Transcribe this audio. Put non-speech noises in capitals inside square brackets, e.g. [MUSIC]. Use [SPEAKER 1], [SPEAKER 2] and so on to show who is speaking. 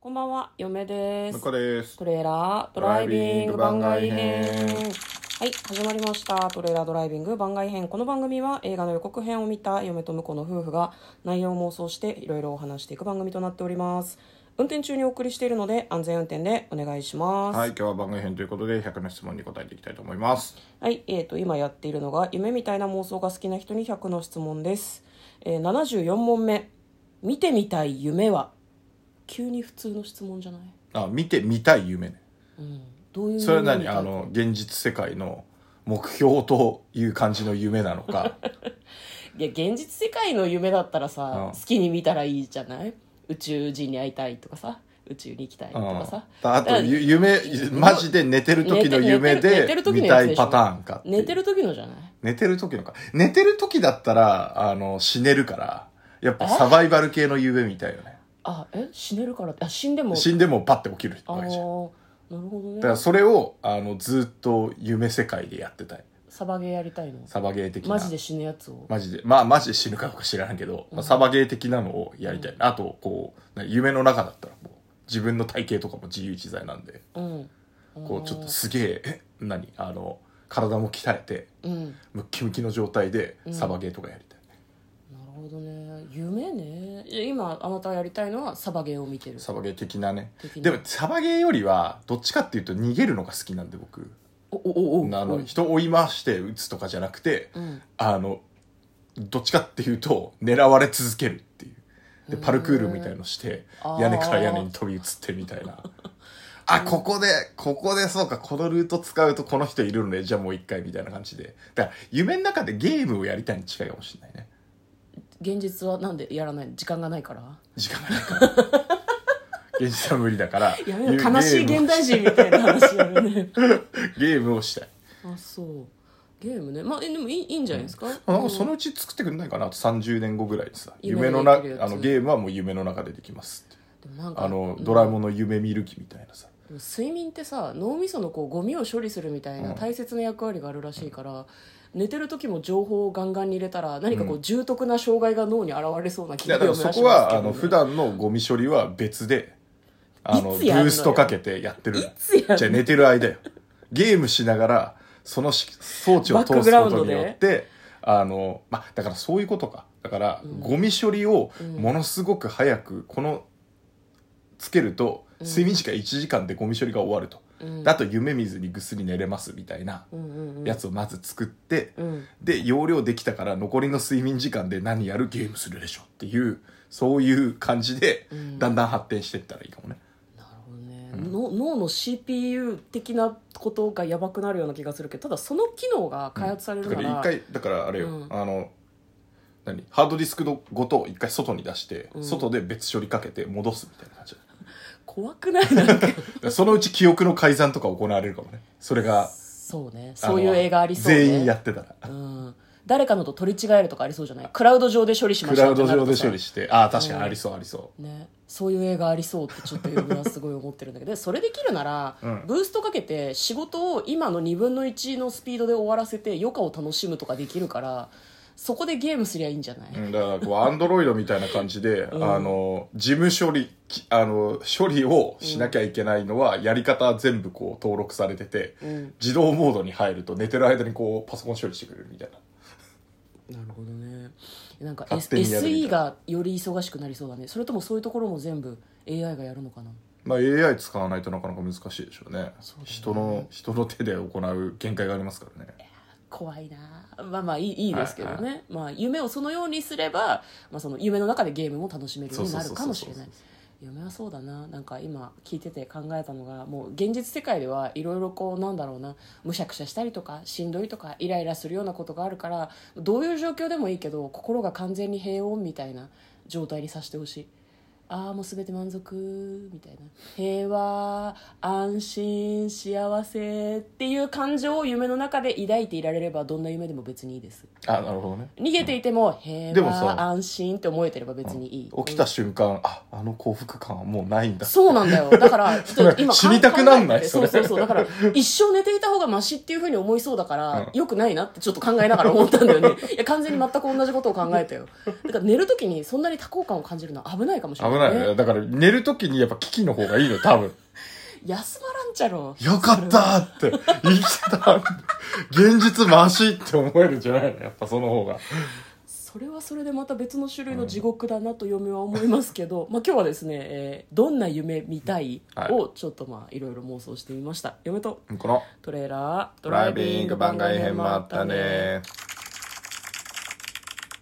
[SPEAKER 1] こんばんは、嫁です
[SPEAKER 2] 向。こうです
[SPEAKER 1] トレーラードライビング番外編。
[SPEAKER 2] ドライビング番外編
[SPEAKER 1] はい、始まりました。トレーラードライビング番外編。この番組は映画の予告編を見た嫁と婿の夫婦が内容を妄想していろいろお話していく番組となっております。運転中にお送りしているので安全運転でお願いします。
[SPEAKER 2] はい今日は番外編ということで100の質問に答えていきたいと思います
[SPEAKER 1] はい、えー、と今やっているのが夢みたいな妄想が好きな人に100の質問です、えー、74問目「見てみたい夢は?」急に普通の質問じゃない、
[SPEAKER 2] あ見てみたい夢ね
[SPEAKER 1] うん、どういう
[SPEAKER 2] それは
[SPEAKER 1] 夢
[SPEAKER 2] 何
[SPEAKER 1] みたい
[SPEAKER 2] あの現実世界の目標という感じの夢なのか
[SPEAKER 1] いや現実世界の夢だったらさ、
[SPEAKER 2] うん
[SPEAKER 1] 好きに見たらいいじゃない宇宙人に会いたいとかさ宇宙に行きたい [LAUGHS] と
[SPEAKER 2] うん
[SPEAKER 1] かさ、
[SPEAKER 2] あ
[SPEAKER 1] だ
[SPEAKER 2] と
[SPEAKER 1] から
[SPEAKER 2] ゆ夢マジで寝てる時の夢
[SPEAKER 1] 寝てる寝て
[SPEAKER 2] で
[SPEAKER 1] る時の
[SPEAKER 2] 見
[SPEAKER 1] や
[SPEAKER 2] た
[SPEAKER 1] つで
[SPEAKER 2] い
[SPEAKER 1] しょ
[SPEAKER 2] パターンかっていう
[SPEAKER 1] 寝てる時のじゃない
[SPEAKER 2] 寝てる時のか寝てる時だったらあの死ねるからやっぱサバイバル系の夢みたいよね
[SPEAKER 1] あえ死ねるからってあ死んでも
[SPEAKER 2] 死んでもパッて起きる
[SPEAKER 1] ああ
[SPEAKER 2] わけじゃん
[SPEAKER 1] ーなるほど
[SPEAKER 2] だから
[SPEAKER 1] ね
[SPEAKER 2] それをあのずっと夢世界でやってたい
[SPEAKER 1] サバゲーやりたいの
[SPEAKER 2] サバゲー的な
[SPEAKER 1] マジで死ぬやつを
[SPEAKER 2] マジでまあマジで死ぬかどうか知らんけど、まあ、サバゲー的なのをやりたい、あとこうね夢の中だったらもう自分の体型とかも自由自在なんで
[SPEAKER 1] うん
[SPEAKER 2] こうちょっとすげええ何あの体も鍛えて
[SPEAKER 1] うん
[SPEAKER 2] ムッキムキの状態で
[SPEAKER 1] うん
[SPEAKER 2] サバゲーとかやりたい、
[SPEAKER 1] なるほどね夢ねいや今あなたがやりたいのはサバゲーを見てる
[SPEAKER 2] サバゲー的なね
[SPEAKER 1] 的な
[SPEAKER 2] でもサバゲーよりはどっちかっていうと逃げるのが好きなんで僕
[SPEAKER 1] おおおお
[SPEAKER 2] あ
[SPEAKER 1] う
[SPEAKER 2] の
[SPEAKER 1] ん
[SPEAKER 2] 人を追い回して撃つとかじゃなくて
[SPEAKER 1] うん
[SPEAKER 2] あのどっちかっていうと狙われ続けるっていうで
[SPEAKER 1] へー
[SPEAKER 2] パルクールみたいのして
[SPEAKER 1] あー
[SPEAKER 2] 屋根から屋根に飛び移ってみたい
[SPEAKER 1] [LAUGHS]
[SPEAKER 2] なあここでここでそうかこのルート使うとこの人いるのでじゃあもう一回みたいな感じでだから夢の中でゲームをやりたいに近いかもしれないね
[SPEAKER 1] 現実はなんでやらない時間がないから
[SPEAKER 2] 時間がないから
[SPEAKER 1] [LAUGHS]
[SPEAKER 2] 現実は無理だから
[SPEAKER 1] やめろ悲しい現代人みたいな話やるね
[SPEAKER 2] ゲームをしたい
[SPEAKER 1] あそうゲームねまあえでもいいいいんじゃないですか,、
[SPEAKER 2] あなんかそのうち作ってくれないかなあと30年後ぐらいにさ
[SPEAKER 1] 夢
[SPEAKER 2] 夢
[SPEAKER 1] の
[SPEAKER 2] の
[SPEAKER 1] 中で
[SPEAKER 2] な
[SPEAKER 1] やるやつ
[SPEAKER 2] あのゲームはもう夢の中でできますって
[SPEAKER 1] でもなんか
[SPEAKER 2] あのドラえもんの夢見る気みたいなさ
[SPEAKER 1] でも睡眠ってさ脳みそのこうゴミを処理するみたいな
[SPEAKER 2] うん
[SPEAKER 1] 大切な役割があるらしいから、寝てる時も情報をガンガンに入れたら何かこう重篤な障害が脳に現れそうな気
[SPEAKER 2] いやだ
[SPEAKER 1] が
[SPEAKER 2] から
[SPEAKER 1] し
[SPEAKER 2] そ
[SPEAKER 1] ますけ
[SPEAKER 2] こ
[SPEAKER 1] ど、ね、
[SPEAKER 2] は、あの普段のゴミ処理は別であの
[SPEAKER 1] い
[SPEAKER 2] ブ
[SPEAKER 1] つやんのよ
[SPEAKER 2] ーストかけてやってる
[SPEAKER 1] いつやんの
[SPEAKER 2] じゃあ寝てる間よゲームしながらそのし装置を通
[SPEAKER 1] バックグ
[SPEAKER 2] す
[SPEAKER 1] ラウ
[SPEAKER 2] こ
[SPEAKER 1] ンド
[SPEAKER 2] と
[SPEAKER 1] で
[SPEAKER 2] によってあの、ま、だからそういうことかだから、
[SPEAKER 1] うん
[SPEAKER 2] ゴミ処理を
[SPEAKER 1] うん
[SPEAKER 2] ものすごく早くこのつけると、
[SPEAKER 1] うん
[SPEAKER 2] 睡眠時間1時間でゴミ処理が終わると、
[SPEAKER 1] うん
[SPEAKER 2] であと夢見ずにぐっすり寝れますみたいな
[SPEAKER 1] うんうんうん
[SPEAKER 2] やつをまず作って、
[SPEAKER 1] うん
[SPEAKER 2] で容量できたから残りの睡眠時間で何やるゲームするでしょっていうそういう感じで
[SPEAKER 1] うん
[SPEAKER 2] だんだん発展していったらいいかもね、
[SPEAKER 1] なるほどね、の脳の CPU 的なことがやばくなるような気がするけどただその機能が開発される
[SPEAKER 2] だ
[SPEAKER 1] な、
[SPEAKER 2] からら一回だからあれよ、
[SPEAKER 1] うん
[SPEAKER 2] あの何ハードディスクのごと一回外に出して、
[SPEAKER 1] うん
[SPEAKER 2] 外で別処理かけて戻すみたいな感じだ
[SPEAKER 1] 怖くないなん
[SPEAKER 2] [LAUGHS]
[SPEAKER 1] か
[SPEAKER 2] からそのうち記憶の改ざんとか行われるかもねそれが
[SPEAKER 1] そうね
[SPEAKER 2] あの
[SPEAKER 1] そういう映画ありそうね
[SPEAKER 2] 全員やってたら
[SPEAKER 1] うん、誰かのと取り違えるとかありそうじゃないクラウド上で処理しま
[SPEAKER 2] ク
[SPEAKER 1] した
[SPEAKER 2] ラウド上で処理
[SPEAKER 1] し
[SPEAKER 2] してああ確かにありそうありそう、
[SPEAKER 1] ね、そういう映画ありそうってちょっと嫁はすごい思ってるんだけど
[SPEAKER 2] [LAUGHS]
[SPEAKER 1] でそれできるなら、
[SPEAKER 2] うん
[SPEAKER 1] ブーストかけて仕事を今の2分の1のスピードで終わらせて余暇を楽しむとかできるからそこでゲームすりゃいいんじゃない、
[SPEAKER 2] うんだからこうアンドロイドみたいな感じで、
[SPEAKER 1] ん
[SPEAKER 2] あの事務処理きあの処理をしなきゃいけないのは、やり方は全部こう登録されてて、
[SPEAKER 1] うん
[SPEAKER 2] 自動モードに入ると寝てる間にこうパソコン処理してくれるみたいな
[SPEAKER 1] なるほどねなんか、S、
[SPEAKER 2] 勝手にやるみたい
[SPEAKER 1] SE がより忙しくなりそうだねそれともそういうところも全部 AI がやるのかな
[SPEAKER 2] まあ AI 使わないとなかなか難しいでしょうね
[SPEAKER 1] そうだね
[SPEAKER 2] 人の人の手で行う限界がありますからね
[SPEAKER 1] 怖いなまあまあいいいいですけどね、
[SPEAKER 2] はい
[SPEAKER 1] まあ、夢をそのようにすれば、まあ、その夢の中でゲームも楽しめるようになるかもしれない
[SPEAKER 2] そうそうそうそう
[SPEAKER 1] 夢はそうだななんか今聞いてて考えたのがもう現実世界ではいろいろこうなんだろうなむしゃくしゃしたりとかしんどいとかイライラするようなことがあるからどういう状況でもいいけど心が完全に平穏みたいな状態にさせてほしい。ああもう全て満足みたいな平和安心幸せっていう感情を夢の中で抱いていられればどんな夢でも別にいいです
[SPEAKER 2] あなるほどね
[SPEAKER 1] 逃げていても平
[SPEAKER 2] でもさ
[SPEAKER 1] 和安心って思えてれば別にいい、
[SPEAKER 2] 起きた瞬間、ああの幸福感はもうないんだ
[SPEAKER 1] そうなんだよだから
[SPEAKER 2] [LAUGHS]
[SPEAKER 1] ちょっと今
[SPEAKER 2] 死にたくなんな
[SPEAKER 1] 考えて
[SPEAKER 2] い
[SPEAKER 1] てそ
[SPEAKER 2] そうれ
[SPEAKER 1] そうそうだから一生寝ていた方がマシっていうふうに思いそうだから、
[SPEAKER 2] うん
[SPEAKER 1] よくないなってちょっと考えながら思ったんだよねいや完全に全く同じことを考えたよだから寝る時にそんなに多幸感を感じるのは危ないかもしれない
[SPEAKER 2] ないよね。だから寝るときにやっぱ機器の方がいいの、多分。
[SPEAKER 1] 休まらんちゃろ
[SPEAKER 2] よかったーって、生きてた。現実マシって思えるんじゃないのやっぱその方が。
[SPEAKER 1] それはそれでまた別の種類の地獄だなと嫁は思いますけど、まあ今日はですね、えーどんな夢見たい?」
[SPEAKER 2] はい
[SPEAKER 1] をちょっとまあいろいろ妄想してみました嫁と
[SPEAKER 2] この、
[SPEAKER 1] トレーラード
[SPEAKER 2] ドライビング番外編もあったねー。